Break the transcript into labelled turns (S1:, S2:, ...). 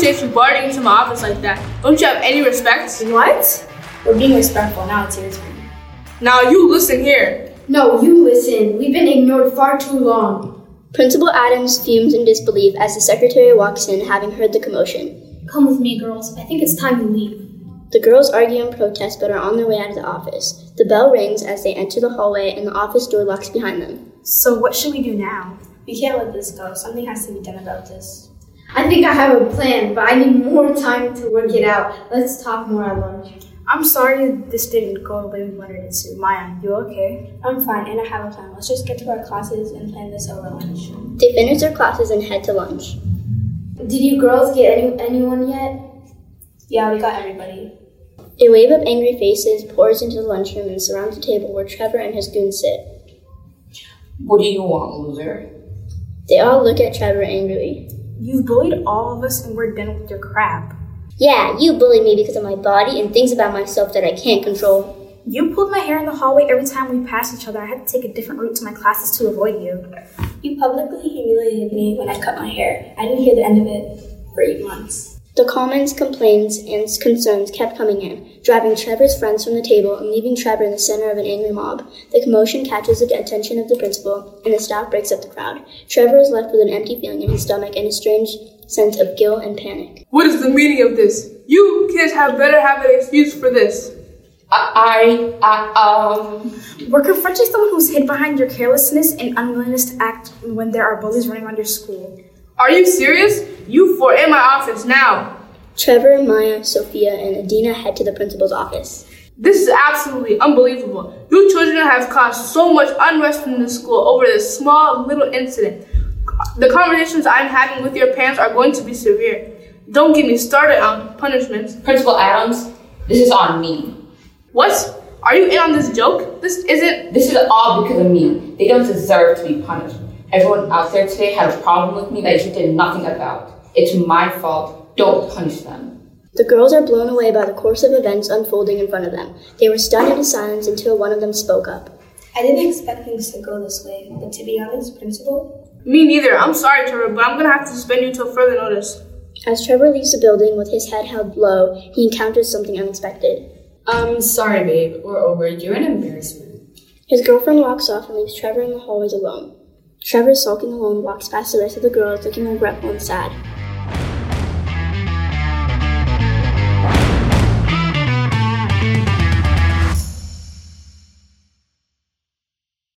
S1: safe to barge into my office like that. Don't you have any respect?
S2: What?
S3: We're being respectful. Now it's your turn.
S1: Now you listen here.
S2: No, you listen. We've been ignored far too long.
S4: Principal Adams fumes in disbelief as the secretary walks in, having heard the commotion.
S3: Come with me, girls. I think it's time you leave.
S4: The girls argue and protest but are on their way out of the office. The bell rings as they enter the hallway and the office door locks behind them.
S5: So, what should we do now?
S3: We can't let this go. Something has to be done about this.
S2: I think I have a plan, but I need more time to work it out. Let's talk more at lunch.
S5: I'm sorry this didn't go the way we wanted it to. Maya, you okay?
S3: I'm fine, and I have a plan. Let's just get to our classes and plan this over lunch.
S4: They finish their classes and head to lunch.
S2: Did you girls get any, anyone yet?
S3: Yeah, we got everybody.
S4: A wave of angry faces pours into the lunchroom and surrounds the table where Trevor and his goons sit.
S6: What do you want, loser?
S4: They all look at Trevor angrily.
S5: You've bullied all of us and we're done with your crap.
S4: Yeah, you bully me because of my body and things about myself that I can't control.
S5: You pulled my hair in the hallway every time we passed each other. I had to take a different route to my classes to avoid you.
S3: You publicly humiliated me when I cut my hair. I didn't hear the end of it for eight months.
S4: The comments, complaints, and concerns kept coming in, driving Trevor's friends from the table and leaving Trevor in the center of an angry mob. The commotion catches the attention of the principal, and the staff breaks up the crowd. Trevor is left with an empty feeling in his stomach and a strange sense of guilt and panic.
S1: What is the meaning of this? You kids have better have an excuse for this.
S6: I, I, I um.
S5: We're confronting someone who's hid behind your carelessness and unwillingness to act when there are bullies running around your school.
S1: Are you serious? You four in my office now.
S4: Trevor, Maya, Sophia, and Adina head to the principal's office.
S1: This is absolutely unbelievable. You children have caused so much unrest in this school over this small little incident. The conversations I'm having with your parents are going to be severe. Don't get me started on punishments.
S6: Principal Adams, this is on me.
S1: What? Are you in on this joke? This isn't.
S6: This is all because of me. They don't deserve to be punished. Everyone out there today had a problem with me that you did nothing about. It's my fault. Don't punish them.
S4: The girls are blown away by the course of events unfolding in front of them. They were stunned into silence until one of them spoke up.
S3: I didn't expect things to go this way, but to be honest, Principal,
S1: Me neither. I'm sorry, Trevor, but I'm gonna have to suspend you till further notice.
S4: As Trevor leaves the building with his head held low, he encounters something unexpected.
S7: Um, sorry, babe. We're over. You're an embarrassment.
S4: His girlfriend walks off and leaves Trevor in the hallways alone. Trevor, sulking alone, walks past the rest of the girls looking regretful and sad.